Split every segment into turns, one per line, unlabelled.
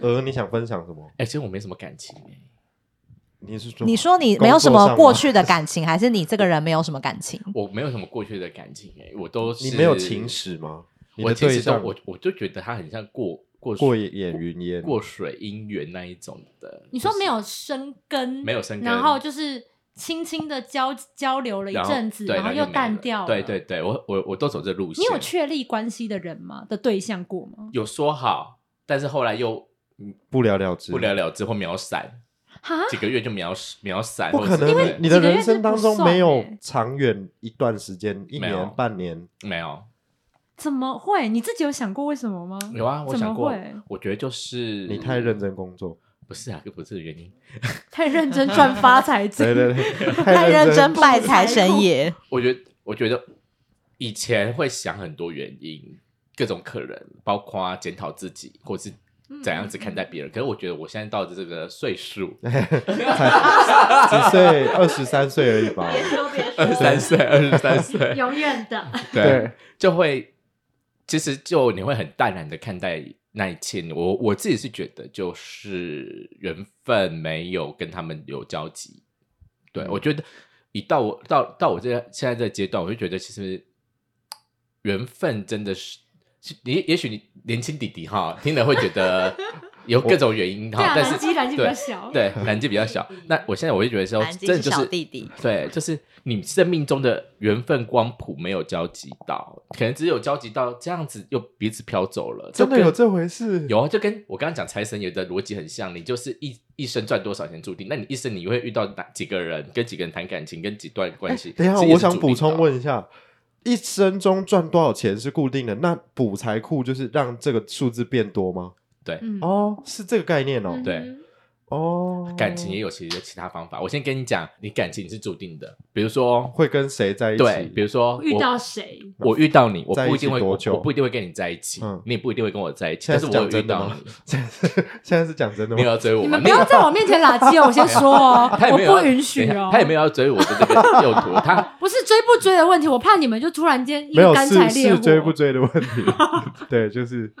呃，你想分享什么？
哎、其实我没什么感情、欸，
你是说
你说你没有什么过去的感情，还是你这个人没有什么感情？
我没有什么过去的感情、欸，哎，我都是
你没有情，史吗？你
我
的
其
对
实都
象
我我就觉得他很像过过
过眼眼云烟，
过水姻缘那一种的。
你说没
有？
有生根，
没有生根
然后就是轻轻的交交流了一
然后
阵子，
对
然后又
没
淡
了
掉了。
对对，对，我我我都走这路线。
你有确立关系的人吗？的对象过吗？
有说好，但是后来又
不了了之，
不了了之或秒闪，
哈，
几个月就秒秒闪，
不可
或者是
能，你的人生当中没有
几个月是不算欸
长远一段时间，一
没有
年半年，
没有
怎么会？你自己有想过为什么吗？
有啊，我
怎么
想过
会，
我觉得就是
你太认真工 作，
不是啊，又不是原因。
太认真赚发财经，
对对 对，
太
太
认真
真，
拜财神 爷，
我觉得，我觉得以前会想很多原因，各种可能，包括检讨自己，或是怎样子看待别人。可是我觉得我现在到的这个岁数，
几岁，二十三岁而已吧，
说别
二十三岁，二十三岁，
永远的。
对，，就会其实就你会很淡然的看待那一切。我我自己是觉得，就是缘分没有跟他们有交集。对、
嗯
我觉得，一到我到到我这现在这个阶段，我就觉得其实缘分真的是。是你也许你年轻弟弟哈，听了会觉得有各种原因
对
哈
啊，，
但
男
是
机男机比较
对
小，
对年纪比较小。那我现在我就觉得说，
南
真的
京
哦就是
小弟弟。
对，就是你生命中的缘分光谱没有交集到，可能只有交集到这样子，又彼此飘走了。就
真的
跟
有这回事？
有啊，就跟我刚刚讲财神爷的逻辑很像，你就是一一生赚多少钱注定，那你一生你会遇到哪几个人，跟几个人谈感情，跟几段关系？
哎等一下，
这也
我
是
想
注定
补充
的，
问一下，一生中赚多少钱是固定的？那补财库就是让这个数字变多吗？
对。
嗯，
哦，是这个概念哦
嗯，
对
哼，
哦，
感情也有其实其他方法，我先跟你讲，你感情是注定的。比如说，
会跟谁在一
对，比
起？
如说
遇
我
到谁？
我遇到你，我
在一
不一
起
定会
多
我
久
我不一定会跟你在一起
嗯，
你也不一定会跟我在一起，
现
但
在是
是我
讲
有遇
真的
到
吗
你，？
现在是现在是讲真的
你有
吗？
要追我
你
吗？
们
没
不
有
要在我面前垃圾哦！我先说 哦
啊他，也
我
没有要
不允许
等一
哦
下。他也没有要追我的这个用途，他
不是追不追的问题，我怕你们就突然间一
没
个
有
干柴
是
烈
是
火。
追不追的问题， 对，就是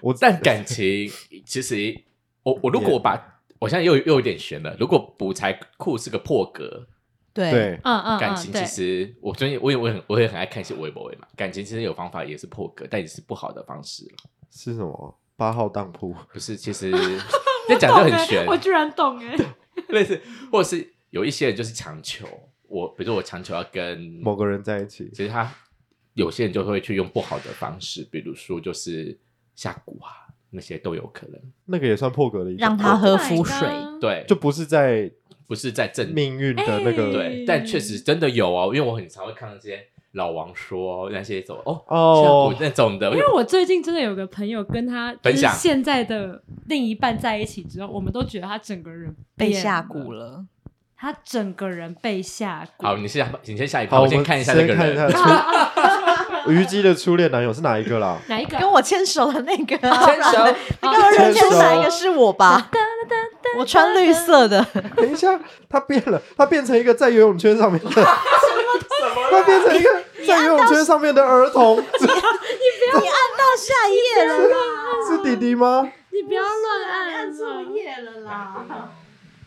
我
但感情其实我我如果我把我现在又又有点悬了，如果补财库是个破格，
对，
对
嗯嗯，嗯
感情
对
其实我最近我也我也很我也很爱看一些微博微嘛，感情其实有方法也是破格，但也是不好的方式了，
是什么八号当铺？
不是？其 实这讲就
懂欸
很悬，
我居然懂哎、
类似或者是有一些人就是强求我，比如说我强求要跟
某个人在一起，
其实他有些人就会去用不好的方式，比如说就是下蛊啊，那些都有可能。
那个也算破格的一种，
让他 喝符
Oh
水。
my god，
对，
就不是在
不是在正面
命运的那个
嗯对，但确实真的有哦，因为我很常会看那些老王说那些什么哦
哦
下蛊那种的，
因为我最近真的有个朋友跟他就
分
是
享
现在的另一半在一起之后，我们都觉得他整个人
被
变
下
了
蛊，了，
他整个人被下蛊。
好，你先你先下一趴，
好，
我
我
先
们
看一下那个
先看一
人
下。 初虞姬的初恋男友是哪一个 啦？
哪一 个？
跟我牵手的那个啊，
牵手，
你跟我认
牵
出
手
哪一个是我吧？我穿绿色的，
等一下，他变了，他变成一个在游泳圈上 面的，他变成一个在游泳圈上面的儿童，是
你按到下一页了啦，
是弟弟吗？
你不要乱 按啊了
页了啦。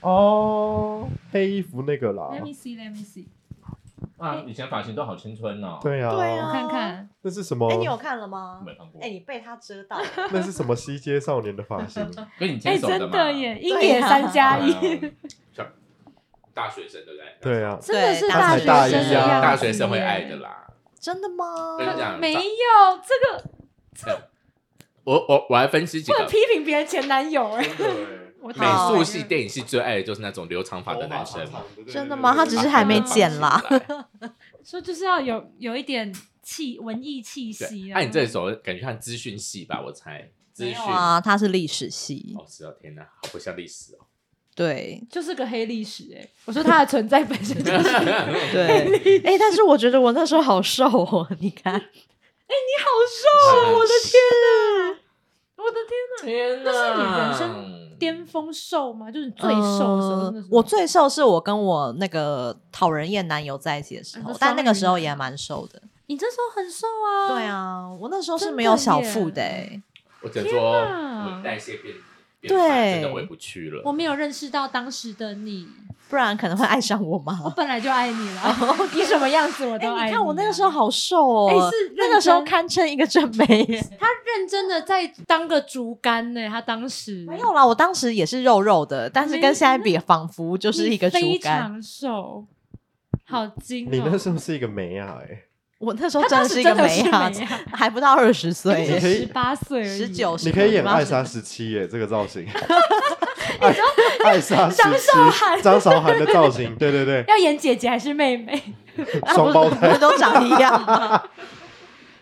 哦，黑衣服那个啦，
Let me see, let me see，
啊，以前发型都好青春哦，，
对呀，
对
我
啊
看看。
那是什么
哎，？你有看了吗
没？看过
哎，，你被他遮到，
那是什么西街少年的发 型？
跟你
哎、
牵手
真
嘛
的，耶，鹰
对
眼
啊
三加一，
对啊，像大学生对不对？
对啊，
真的
对
是
他
大
才
学
大
生的
一
样
啊
子
大学生会爱
耶
的啦。
真的吗？
跟你讲，
没有
长
这个
我我我还分析几
不能
个
批评别人前男友哎、我
美术系
哎
电影系最爱的就是欸那种留长发的男生，啊
真的吗？他只是还没剪啦。
说就是要有有一点气文艺气息
对，那
啊。
你这首感觉像资讯系吧？我猜资
没
讯
有。啊，他是历史系，
哦，是哦，天哪，好不像历史哦。
对
就是个黑历史哎、我说它的存在本身就是，好
对。哎，但是我觉得我那时候好瘦哦，你看，
瘦，我的天啊，我的天
天
哪那是你人生巅峰瘦吗？就是你最瘦的时候是那
呃
时候，
我最瘦是我跟我那个讨人厌男友在一起的时
啊
候
是，
哎但那个
双鱼
时候也蛮瘦的。
你这时候很瘦啊，
对，啊，我那时候是
真的
没有小
耶
腹的、欸，
我只能说
天哪
我代谢变变
对
慢，真的回不去了。
我没有认识到当时的你，
不然可能会爱上我
我
妈。
本来就爱你 了，
哦
你什么样子我
哎、
都爱
你
啊
看我那个时候好瘦哦、
哎是认
那个时候
真
堪称一个正妹耶、
他认真的在当个竹竿呢、他当时
没有啦，我当时也是肉肉的，但是
没
跟现在比，仿佛就
就是
一个竹
非
竿。
常瘦，好精、哦，
你那时候是一个美啊、欸，
我那时候
他
真
当
的
时
是一个
真的是
美啊，
美啊
还不到二十岁
你
耶
可，以
哎十八岁而已，
十九，
你可以演
18
艾莎十七耶，这个造 型，艾艾莎十
张韶涵啊
七，张韶涵的造型，对 对对，
要演姐姐还是妹妹？
双胞
不
胎
是，都长一样吗？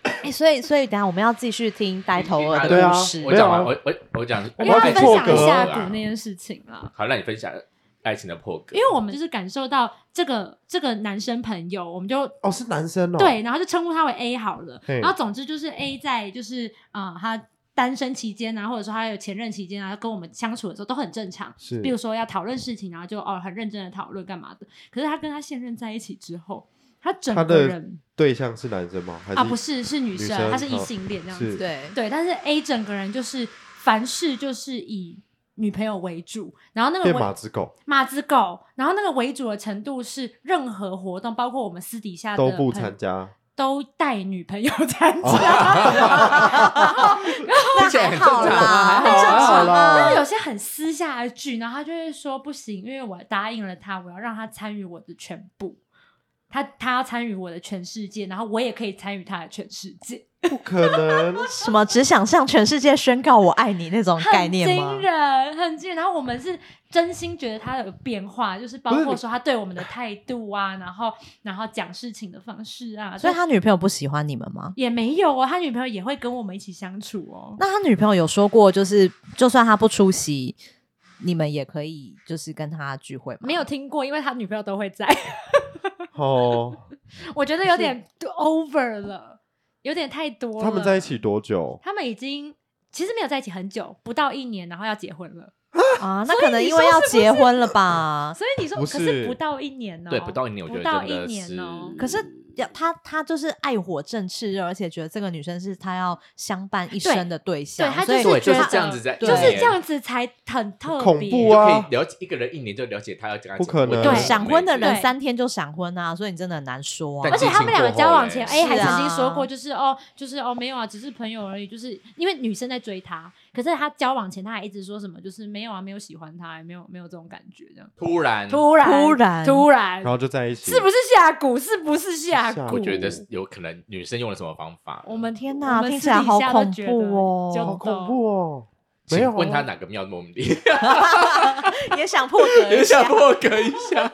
哎、所以所以等一下我们要继续听呆头鹅
对
的
啊
故事。
我
没有
讲
啊
完，我我我讲，
我们
因为
要
要
比
分
破
享一
格
下
啊
蛊那件事情啦。
好，那你分享爱情的破格，
因为我们就是感受到这个这个男生朋友，我们就、
哦，是男生哦，
对，然后就称呼他为 A 好了。
嘿
然后总之就是 A 在就是啊、呃他单身期间啊，或者说他有前任期间啊，跟我们相处的时候都很正常。
是
比如说要讨论事情，然后就哦很认真的讨论干嘛的。可是他跟他现任在一起之后，他整
他
个
的
人
对象是男生吗？还是
啊不是是女
女
生，
生
他是异
哦
性恋这样
是
子。
对，
对，但是 A 整个人就是凡事就是以女朋友为主，然后那个
变
为
马子狗，
马子狗，然后那个为主的程度是任何活动，包括我们私底下的
都不
朋
参加，
都带女朋友参加。
听起来很正常
哦
还
啦，
好
正
还好
常
啦
然后
啊。
有些很私下的剧，然后他就会说不行，因为我答应了他，我要让他参与我的全部，他他要参与我的全世界，然后我也可以参与他的全世界，
不可能，
什么只想向全世界宣告我爱你那种概
很
念吗
惊？人，很惊人。然后我们是真心觉得他有变化，就是包
不是
括
你
说他对我们的态度啊，然后然后讲事情的方式啊，
所以
都
他女朋友不喜欢你们吗？
也没有哦，他女朋友也会跟我们一起相处哦。
那他女朋友有说过，就是就算他不出席，你们也可以就是跟他聚会吗？
没有听过，因为他女朋友都 会在，
哦，
我觉得有点 over 了，有点太多了。
他们在一，起多久？
他们已经其实没有在一起很久，不到一年，然后要结婚了。
啊，那可能因为要结婚了吧？
所以你说，
不
可
是
是不到一年呢、哦
对，不到一年，我觉得
不到
真
一
的是
年哦。
可是要他他就是爱火正炽热，而且觉得这个女生是他要相伴一
对
生的对象，
对他
所以
就
对，就
是觉得
是这样子在，
就
就是
一
这
年
样子才很特别，
恐怖
就
啊
可以了解一个人一年就了解他要跟他
不
结
可
婚
能
对
闪婚的人
对
三天就闪婚啊，所以你真的很难说啊
但
而。且他们两个交往前
激情
，A
过后
还
欸
曾经说过，
是啊
就是哦，就是哦，没有啊，只是朋友而已，就是因为女生在追他，可是他交往前他还一直说什么，就是没有啊，没有喜欢他，没有没有这种感觉，这样
突然，
突然
突然
突然
然，后就在一起，
是不是下蛊？是不是下
下
蛊？
蛊
我觉得是有可能女生用了什么方法。
我们
天
哪，
哪
我们
听起来好恐怖哦
私底下都觉得
好恐怖哦？没
请
有啊，
问他 哪个庙 弄的？
也想破 格
有
一
想
下，
破格一下。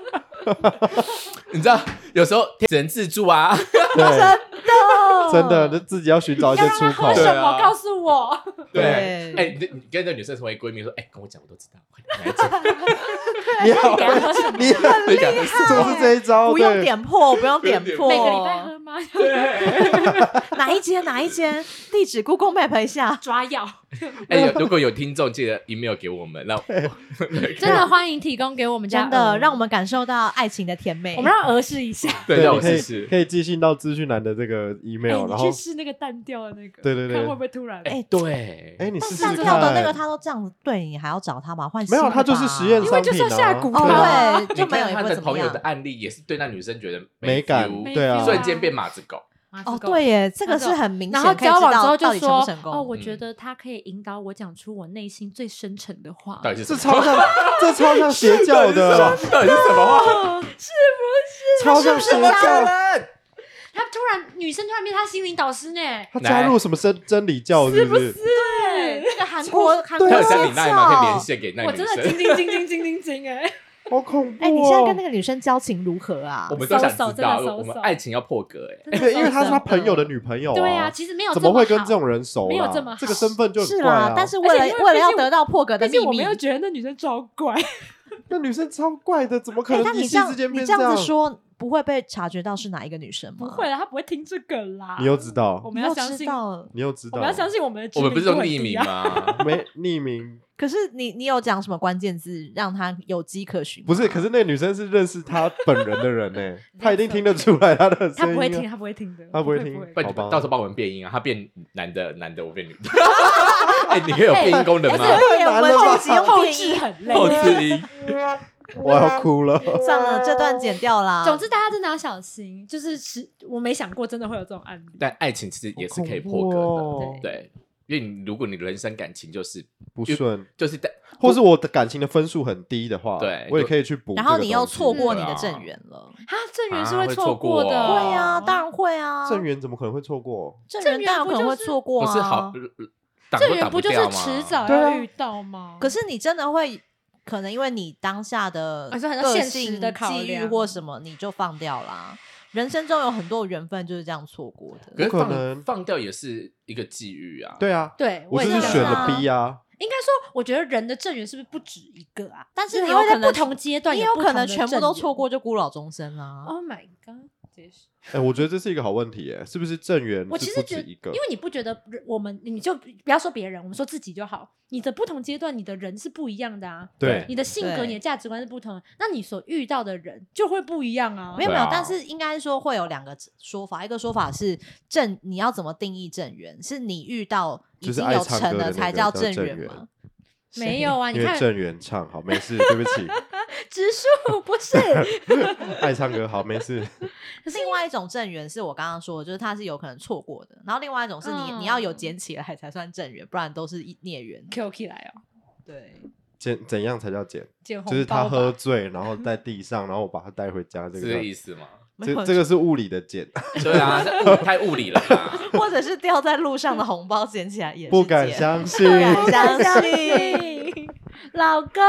你知道，有时候只能自助啊，
对，
就
真的，那自己要寻找一些
要让
哦出
他
口
喝。
对
什
啊
么？告诉我，
对，
对
哎，你你跟这女生成为闺蜜，说，哎，跟我讲，我都知道，快 点来讲，
你好
给，他喝什么？
你好，
你讲的是
就是这一招，
不用
哦对
点破，不用点破，
每个礼
哦
拜喝吗？
哪一间哪一间地址，Google Map 一 下。
抓药，
哎，有如果有听众，记得 email 给我们，那
真的欢迎提供给我们家
真的，
鹅
让我们感受到爱情的甜美。
我们让鹅试一下。
对，让
你
我
可
试
以
试。
可以寄信到资讯栏的这个
哎
email，
你
然
去
后
试那个淡掉的那个，
对对对
看会不会突然。
哎，对，
哎，你试试
上
看。
吊的那个他都这样子对你，还要找他吗？换新
没
的
有，
吧
他就是实验
因
商
为
品
就是要
啊
下蛊
对啊，
啊
哦，对，就
你
没有
看
也
他
不会
的
怎么
朋友
样
的。案例也是对那女生觉得
美感
feel，
对啊，
瞬间变马子狗，
哦，对。耶，这个是很明
然后
显可以知
交往之
道
后
到
就
底成
说
不成：“
哦，
功。
我
嗯
觉得他可以引导我讲出我内心最深沉的话。
到”底是什
这
么
超像，这超像邪教的，，
到底是什么话？
超像邪教。
人？
他突然，女生突然变他心灵导师呢？
他加入什么真真理教是不是？
对，这个韩国韩
他
国
对
有
啊
加你赖吗？可以连线给那
我
个女
真的
生
惊。惊惊惊惊惊惊 哎！
好恐怖！哦
哎，你现在跟那个女生交情如何啊
我？们都想
搜搜
知道，
真的搜
我们
搜
爱情要破格哎、
对，因为她是他朋友的女朋友
对
啊
啊，，其实没有
怎么会跟这
好？
种人熟啦？啊
没有这么好
这个身份就很
是
怪啊
啦，。但是为
而且因
了
为
为了要
毕竟
得到破格的
但
秘
是我
密
没，有觉得那女生超怪，
那女生超怪的，怎么可
哎，那
能一
你
夕
这样
之间
你
变
这样
样
子？说，不会被察觉到是哪一个女生吗？
不会，啦，他不会听这个啦。
你又知
我
道，
们要相信，我
到。
你又知道，
们要相信我们的知
我们不是用
度很
匿
低
名
啊
吗？
没匿名，
可是你你有讲什么关键字让他有迹可循吗？
不是，可是那个女生是认识他本人的人 呢，她一定听得出来他的
他
声
不会听，
音啊。
他不会听的，
他不
不
会
不
听
不
好
然
吧
到时候帮我们变音啊，他变男的，男的我变女的。 哎，你可以有变音功能
而
吗？
且
太难
我
了
们
吧
这集用
后
变
置
音，
很
后
累。
置音，
我要哭 了。
哎算了，这段剪掉啦。
总之，大家真的要小心，就是是我没想过真的会有这种案例。
但爱情其实也是可以破
好
格
恐怖哦
的，对，因为你如果你人生感情就是
不顺，
就是在
或是我的感情的分数很低的话，
对
我也可以去补这
然
个东西。
后你又错过你
对
的
嗯
啊
正缘了。
啊，郑源是
啊会
错
错过
的，
哦
会啊，当然会啊。
郑源怎么可能会错过？
郑
郑
源
源
当然可能
不
会
就是
错过
不
啊。
是好，呃挡
郑
都
源
挡
不就是
掉吗
迟早
对啊
要遇到吗？
可是你真的会可能因为你当下的
啊是很
个
现
性
实的考
际遇
量
或什么，你就放掉啦。人生中有很多缘分就是这样错过
可
的。
是
不可
放
能
放掉也是一个际遇啊。
对啊，
对，
我
也
就是
这样
选
想
了 B 啊，
应该说，我觉得人的正缘是不是不止一个啊？
但是
就
你
他
有
会在
可能
不同阶段，
你有可能全部都错。过，就孤老终生啊啦、
Oh my god！真是
哎，我觉得这是一个好问题，哎，是不是郑源
我其
是不
实觉
止
得，
一
因
个
为？你不觉得人我们，你就不要说别人，我们说自己就好。你的不同阶段，你的人是不一样的啊，
对
你的性格、
对
你的价值观是不同的，那你所遇到的人就会不一样
哦
啊。
没有
对
没有
啊，
但是应该说会有两个说法，一个说法是正，你要怎么定义正缘？是你遇到已
就是
经
爱
有
唱
成
歌的
了
那
才
个
叫
叫
正
正
缘
缘
吗？
没有啊，
因
你看
为郑源唱好，没事，对不 起，
植树 不是
爱唱歌好，没事。
另外一种正缘是我刚刚说的，就是它是有可能错过的，然后另外一种是你、你要
嗯
有捡起来才算正缘，不然都是一孽缘。
Q 起来哦，
对，
怎怎样才叫捡？
捡红
就是他
包吧
喝醉，然 后在地上，然后我把他带回家，这
是
个
这个意
叫
思吗？
没有
这这个是物理的捡，
对啊，这物太物理了啦。
或者是掉在路上的红包捡起来也是
不敢
捡
相信，
不
啊
敢相信。
对老公，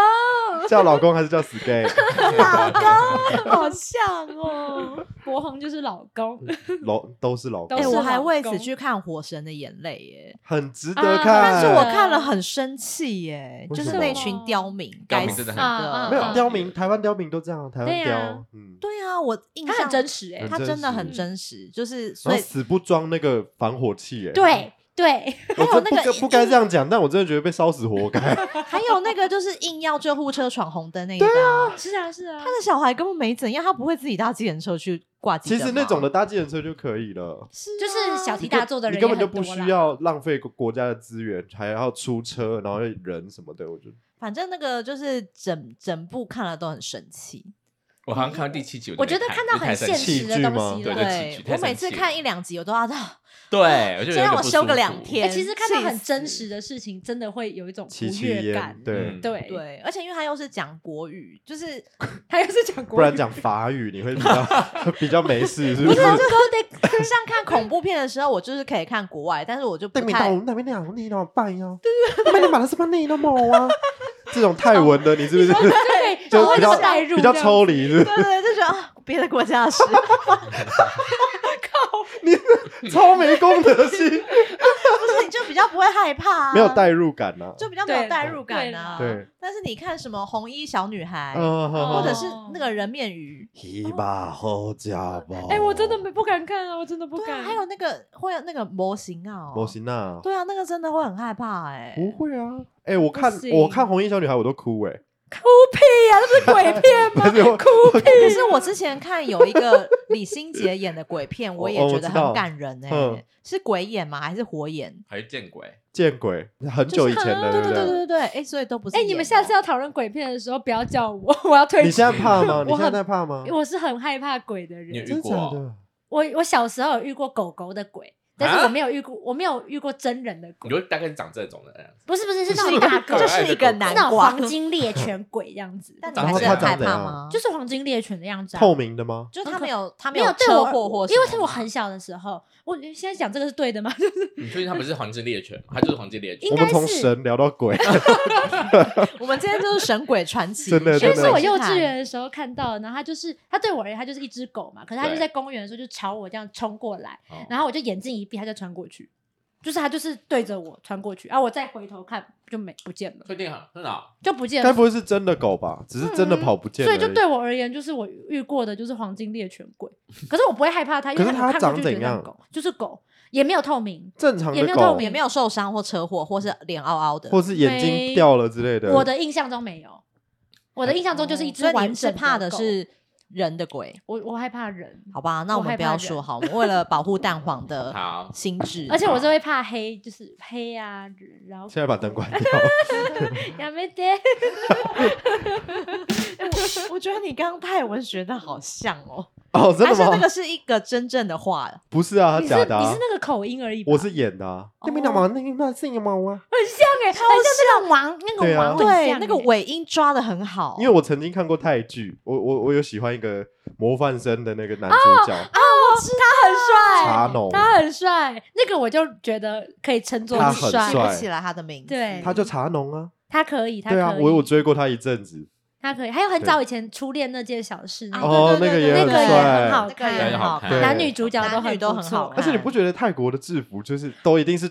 叫老公还是叫死 gay？
老公，好像哦。
博宏就是老公，
老都是老 公
都
哎、
是，
我
老
还为此
公
去看《火神的眼泪》耶，
很值得
啊
看。
但是我
哎
看了很生气耶，
为
就
什
是
么
那群刁民，
刁
该
民
死
真的很
啊
没有
嗯
刁民，台湾刁民都这样，台
对
湾
啊
刁，嗯，
对啊，我印象
他很真，实哎、
很
他
真
真的
实
很真实，就是所
然 后
以
死不装那个防火器，哎，
对对，
我
还有
真不
那个
该
一
不该这样讲，但我真的觉得被烧死活 该。
还有那个就是硬要救护车闯红灯那一个啊，
是啊是啊
他，的小孩根本没怎样，他不会自己搭计程车去挂机。
其实那种的，搭计程车就可以了，
就是啊小题
你
大
根
做的人
你根
也
本就
很
不
多
需
啦
要浪费国国家的资源，还要出车，然后人什么的，我觉得。
反正那个就是整整部看了都很生气。
我好像看到第七集，
我
就
觉
没
得
看
看到很
因为太
现
生气
实的
戏剧
东
吗
西
对
了。
这戏剧
我
太
每
生
次
气
看
了
一两集，我都要到。
对，我就有
先让
点
我
不
休个
舒
两
服
天
哎、其实看到很
气死
真实的事情，真的会有一种不
七七
悦
烟
感，。
对
嗯，
对，
对，而且因为他又是讲国语，就是
他又是讲国语，
不然讲法语你会比较 比较没事，是
不
不是
是？啊就得像看恐怖片的时候，我就是可以看国外，但是我就不
对面
太
到那边两你老拜哦，那边你把它什么你那么啊？ 这种泰文的你是不 是
对，
就
然后
比
就
较
带入
比较
这样
抽离？是不
对对，对就觉得啊别的国家的事，
是超没公德心，
不是你就比较不会害怕、啊，
没有代入感呐。
就比较没有
对
代入感啊。
对啦对，
但是你看什么红衣小女孩，
嗯，
或
或
者是
哦
那个人面鱼，
一把好家伙。
哎、我真的没不敢看啊，我真的不
对
敢。
啊，还有那个会有那个模型啊，
模，型呐，
对啊，那个真的会很害怕哎、
不会啊。哎，我看
不行
我看红衣小女孩我都哭哎，
哭屁呀、啊，这是鬼片吗？
不是我
哭屁！
可是我之前看有 一个李心洁演的鬼片，我也
哦我
觉得
知道
很感人哎、
嗯
是鬼眼吗？还是火眼？
还是见鬼，
见鬼，很
就
久
是
以前的，
对
不
对对对对，哎、所以都不是
哎、
演哦。
你们下次要讨论鬼片的时候，不要叫我，我要退
你
出。
现在怕吗？你
我
现在
很
在怕吗？
我是很害怕鬼的
你有遇
人，
真的
过
假
啊？
的？
我我小时候有遇过狗狗的鬼，但是我没有遇过，我没有遇过真人的
你
鬼，
就大概是长这种的那样子，
不是不是是
这
那
是一
种
个
大狗，
这
是
是一个
那
南
种
瓜，
黄，金猎犬鬼这样子
但你
长
还
怎
是很
样
害怕吗？
就是黄金猎犬的样子、啊，
透明的吗？
就是他没有他没
没有对
车
我
祸或什
因为
么
是我
吗
很小的时候，我现在讲这个是对的吗？就是
你确定他不是黄金猎犬吗？他就是黄金猎犬
应
我
该
们从
是
神聊到 鬼，
我们今天就是神鬼传奇，
真的
神
因
真
为
鬼
的
是
之
我幼
探
稚园的时候看到的，然后它就是它对我而言，它就是一只狗嘛，可是它就
对
在公园的时候就朝我这样冲过来，
哦
然后我就眼睛一闭，它就穿过去。就是他就是对着我穿过去，啊，我再回头看就没不见了，
确定啊，真的啊
就不见
该
了。
不会是真的狗吧？只是真的跑不见
所
了而
以
已。
嗯就对我而言，就是我遇过的就是黄金猎犬 鬼，可是我不会害怕它，因为
可是它
我看过就
长
觉得
怎样
像狗就是狗，也没有透明。
正常
也
的
没有
狗
到，
也没有受伤或车祸，或是脸凹凹的。
或是眼睛掉了之类的。
我的印象中没有，我的印象中就是一只
哦所以
完
你是
整
怕
的
的
狗
是人的鬼，
我，我害怕人，
好吧？那我
我害
们不
怕
要
人
说好，我们为了保护蛋黄的
好，
心智，
而且我是会怕黑，就是黑啊，然后
现在把灯关掉。
亚美爹，
我觉得你刚刚泰文学的好像哦，
哦， 真
但是
啊
的
那
吗
个？是一个真正的话，
不是啊，
你是
假的
你
啊
是。那个哦口音而已吧，
我是演的啊。那边干嘛？那边那是干嘛啊？
很像哎、欸，很像那个王，那
对
个
啊
王很像欸、
对，那个尾音抓的很好，
因为我曾经看过泰剧，我我我有喜欢一个模范生的那个男主角
他很帅，
茶农，
他很帅，哦哎那个我就觉得可以称作
他
是
很
帅，
帅
不起来他的名字，
对
他就茶农啊。
他可以，他可
对
以，
啊，我有追过他一阵子。
他可以，还有很早以前初恋那件小事，
啊
哦啊
对对对
那个也
对
很
对
帅
那个也
那个
看
也很
好看
对
男女主角都
男女
很
都
不
很
错
好
而
看
且你
嗯
不觉得泰国的制服就是都一定是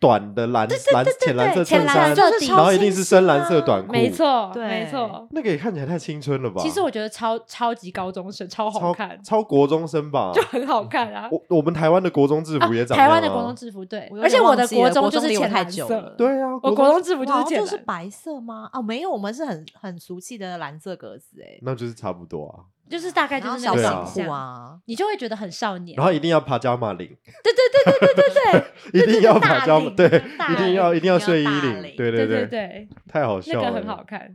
短的蓝蓝浅蓝色
浅
衬衫，
蓝色底啊
然后一定是深蓝色短裤，
没错，
对
没错。
那个也看起来太青春了吧？
其实我觉得超超级高中生超好
超
看，
超国中生吧
就。很好看啊。
我我们台湾的国中制
啊
服也长那
台
样啊、
湾的国中制服对
我，有
而且
点
我的
忘记了
中
国
就
中
是
离我
浅
太
蓝
久
色
了，
对啊，
我
国
国中制服
我
就是
好像
浅
就是
蓝。
白色吗？哦，没有，我们是很很俗气的蓝色格子哎，
那就是差不多啊。
就是大概就
然后
是
小
对
短
啊
裤
裤，
啊，
你就会觉得很少年
然。后一定要爬加马 领，
对对对对对对对，
一定要爬加马，对，
对对大
一
领
定要一定要睡衣
大
领，
领
对对
对对，对
太好
那
笑了，
个很好看，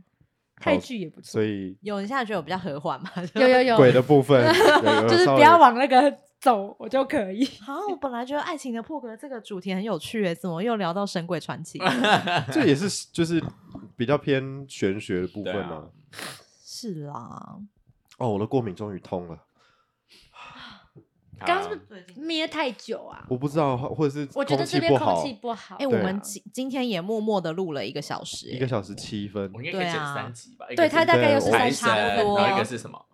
泰剧也不错
所。以
有你现在觉得我比较和缓吗？
有有有，
鬼的部 分有有
就是
稍
不
微
要往那个走，我就可以。
好，我本来觉得爱情的破格这个主题很有趣诶，怎么又聊到神鬼传奇 了？
这也是就是比较偏玄学的部分
对
嘛、
啊
是啦，
哦，我的过敏终于通了，
刚刚是不
好
憋太久啊，
我不知道或者是
我觉
空
得这
气
边
不
空
好
气，不好。
哎、我
对啊
们今今天也默默的录了一个小时、
一个小时七分
我，应该可以
对
剪
啊
三集吧？一个
对
是
它大概
对
又是
我
三
财神，
差不
然
多，
后一个是什么？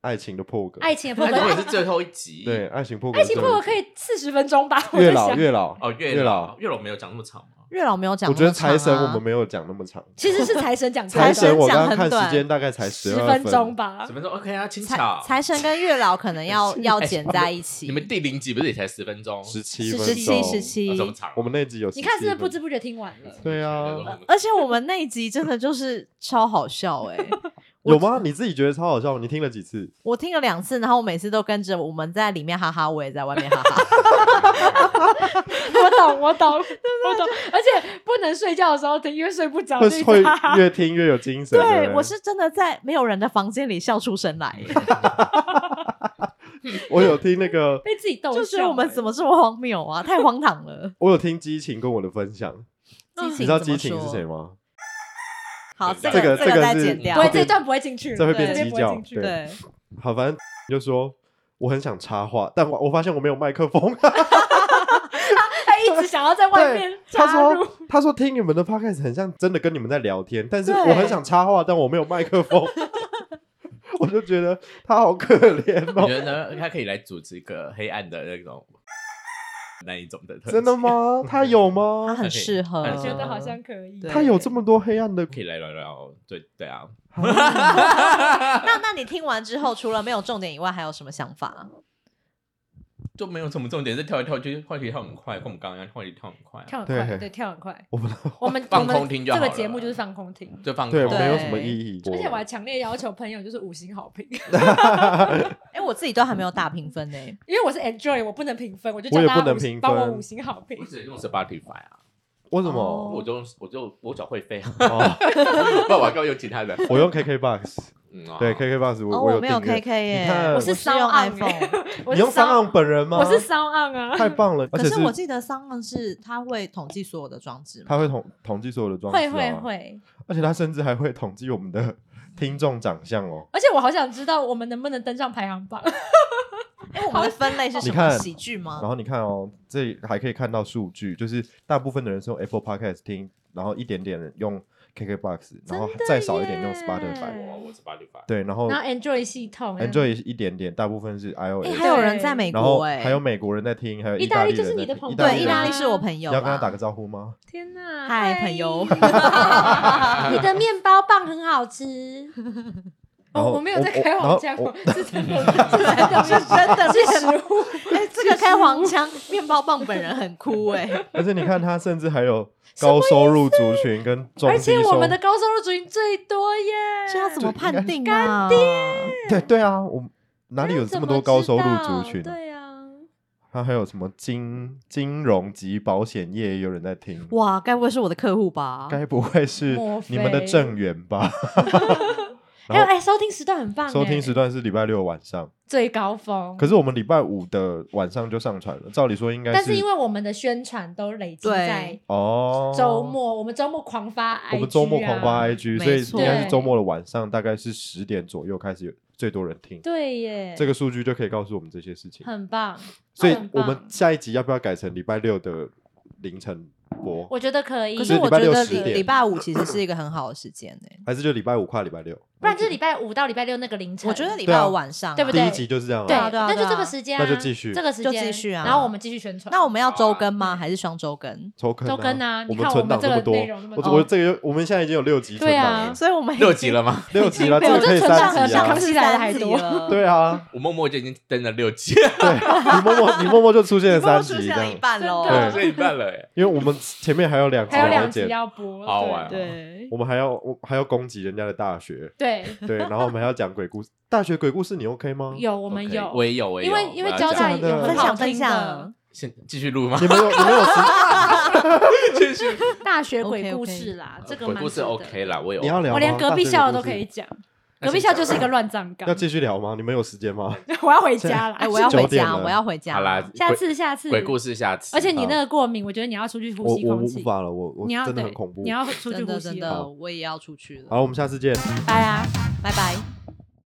爱情的破格，
爱情也 不
那
会
如果是最后一集，
对，爱情破格，
爱情破格可以四十分钟吧？我
越
在
老
想，
越老
哦，月
月
老
老，
月老没有讲那么长吗？
月老没有讲、
我觉得财神
啊
我们。没有讲那么长，
啊其实是财神讲
财神我刚
讲
刚看
很短
时间大概才
十
二
分钟吧
怎？么说？OK 啊，轻
财
巧。
财神跟月老可 能要要剪在一起。
你们第零集不是也才十分钟？
十七
17
分
十七
钟，
十
啊
七
这，么长啊？
我们那集有17
你
分，
看是不是不知不觉听完 了？
对啊
呃
我们
而且我们那一集真的就是超好笑哎、
有吗？你自己觉得超好笑吗？你听了几次？
我听了两次，然后我每次都跟着我们在里面哈哈，我也在外面哈哈。
我懂，我 懂，我懂。而且不能睡觉的时候听，因为睡不着，
会
就一直
会
哈哈
越听越有精神。 对不
对
对，
我是真的在没有人的房间里笑出声来，
我有听那个，
被自己逗笑。
就觉得我们
哎
怎么这么荒谬啊，太荒唐了。
我有听激情跟我的分享，
激情
你知道
怎么
激情是
说
谁吗？
嗯好，
这
这
个
这
这个
再
是
剪掉
不
对
会，。这段不会进去，
这会
对
变
这
鸡
不会
叫
进去
对
对，
好，反正就说我很想插话，但我我发现我没有麦克风。
他一直想要在外面
对，他
插入
说。他说听你们的 podcast 很像真的跟你们在聊天，但是
对
我很想插话，但我没有麦克风。我就觉得他好可怜
我
哦，
觉得他可以来主持一个黑暗的那种 那一种的特辑，
真的吗？他有
他
吗？
很适合，
我
我觉得好像可以。
对
他有这么多黑暗的
可以来聊聊，对对啊，
那那你听完之后，除了没有重点以外，还有什么想法？
就没有什么重点，是跳来跳去，话题跳很快，跟我们刚刚一样，话题跳很快啊，
跳很快，
对
对，跳很 快。
我们
我们
放
我们
空听就
这
好
个
了
节目就是放空听，
就放
对
空
没有什么意义。
而且我还强烈要求朋友就是五星好评，
哎、我自己都还没有打评分呢、
因为我是 enjoy，我不能评分，我就
我
叫
也
大
不
家
能
五星
评分
帮我五星好评
我。只能用 Spotify 啊，
为什
哦
么？
我就我就我找会费啊，
哦，
那我要用其他的，
我用 KKBox，
嗯啊
对 KKBox，我
哦，我
有
没有
订阅
KK 耶、
你看
我
我
是
用
Sound on
iPhone，
我
你用商
商
岸本人吗？
我是商岸啊，
太棒了，而
可
且
是我记得 Sound 是它会统计所有的装置嘛。
他会统统计所有的装置、
会
啊，
会，会。
而且他甚至还会统计我们的听众长相哦。
而且我好想知道我们能不能登上排行榜，
哎、我们的分类是什
你
么？
看
喜剧吗
然？后你看哦，这里还可以看到数据，就是大部分的人是用 Apple Podcast 听，然后一点点人用 KKBox，然后
真的
再少一点用
耶
Spotify，
我我是八六 八，
对，然后
然后 Android 系统
哦 Android 一点点，大部分是
哎，
对
iOS，
还有人在美
然后
国哎，
还有美国人在听，还有
意大
大
利
利
就
人
是
在
你的
听
朋友
对
意
意
大
大
利
利
人
是我朋友啦，
要跟他打个招呼吗？
天哪！
嗨 朋友
啊你的面包棒很好吃。
然后
哦，我没有在开
我我
黄腔，
然后
我是真的，是真 的，
是真的
是食
面
物。
哎，这个开黄腔，面包棒本人很酷 哎，
而且你看，他甚至还有高收入族群跟中
而
低
且
收，
我们的高收入族群最多耶，
这要怎么判定
干
啊？
对对啊，我哪里有这么多高收入族群？
对啊，
他还有什么金金融及保险业也有人在听，
哇，该不会是我的客户吧？
该不会是
莫
你们的
非
正缘吧？
还有哎，收听时段很棒哎，
收听时段是礼拜六晚上，
最高峰。
可是我们礼拜五的晚上就上传了，照理说应该
但是因为我们的宣传都累积
对
在
哦
周。末，我们周末狂发 IG，
我们周末狂发
啊
IG，、
没
所以
错
应该是周末的晚上，大概是十点左右开始有最多人听。
对耶，
这个数据就可以告诉我们这些事情。
很棒。
所以
很
我
棒
们下一集要不要改成礼拜六的凌晨播？
我觉得可以，
可
就是礼
我
拜
觉
六
得
10
礼
点
礼拜五其实是一个很好的时间哎，
还是就礼拜五跨礼拜六？
不然就是礼拜五到礼拜六那个凌晨，
我觉得礼
对啊
拜五晚上啊
对不
第
对
一集就是这样
对
啊。
啊对啊
那就
对啊
这个时间啊，
那就继续
这个时间
就继续啊
然后我们继续宣传。
那我们要周更吗？还是双周更？
抽坑
周更啊
我
你看
存档
我们这
么
个
多
内容那，么
我
多
我这个我们现在已经有六集存
对啊
档了，
所以我 们
六集了吗？
六集了，这个
我这
可以
存档
三集
像
啊
康。熙来的还 多
了。
对啊，
我默默就已经登了六集了，
对，你默默你默默就出现了三集
出
这
现了一
样，
半喽。
真的
这一半了哎。
因为我们前面还有两集
还有
要
两集
剪，
要播，
好玩
对
对，
我们还要我还要攻击人家的大学，
对，
对，然后我们还要讲鬼故事，大学鬼故事你 OK 吗？
有我们
OK，
有，
我也有，我也
因
有。
为因为
我要
交
讲
大有
真的
很
分
好
享
听
分
的
享，
现继续录吗？
你们有你们有时
继 续。
大学鬼
OK，OK
故事啦，这个
鬼
蛮
故事
值得
OK 啦，我有。
你要聊吗，
我连隔壁校的都
大学鬼故事
可以讲，
那
隔壁
先
校
讲
就是一个乱葬岗
要。继续聊吗？你们有时间吗？
我要回家了，
哎，我要回
九点
家，
了
我要回家。
好啦，
下
鬼
次下次
鬼故事下次。
而且你那个过敏，我觉得你要出去呼
我
吸
我
空
无
气，
法了，我我
你要
真的
对
很恐怖
你。要出去
真
呼
的
吸哦
真
了，
的，我也要出去了。
好，我们下次见。
拜啊。
拜拜。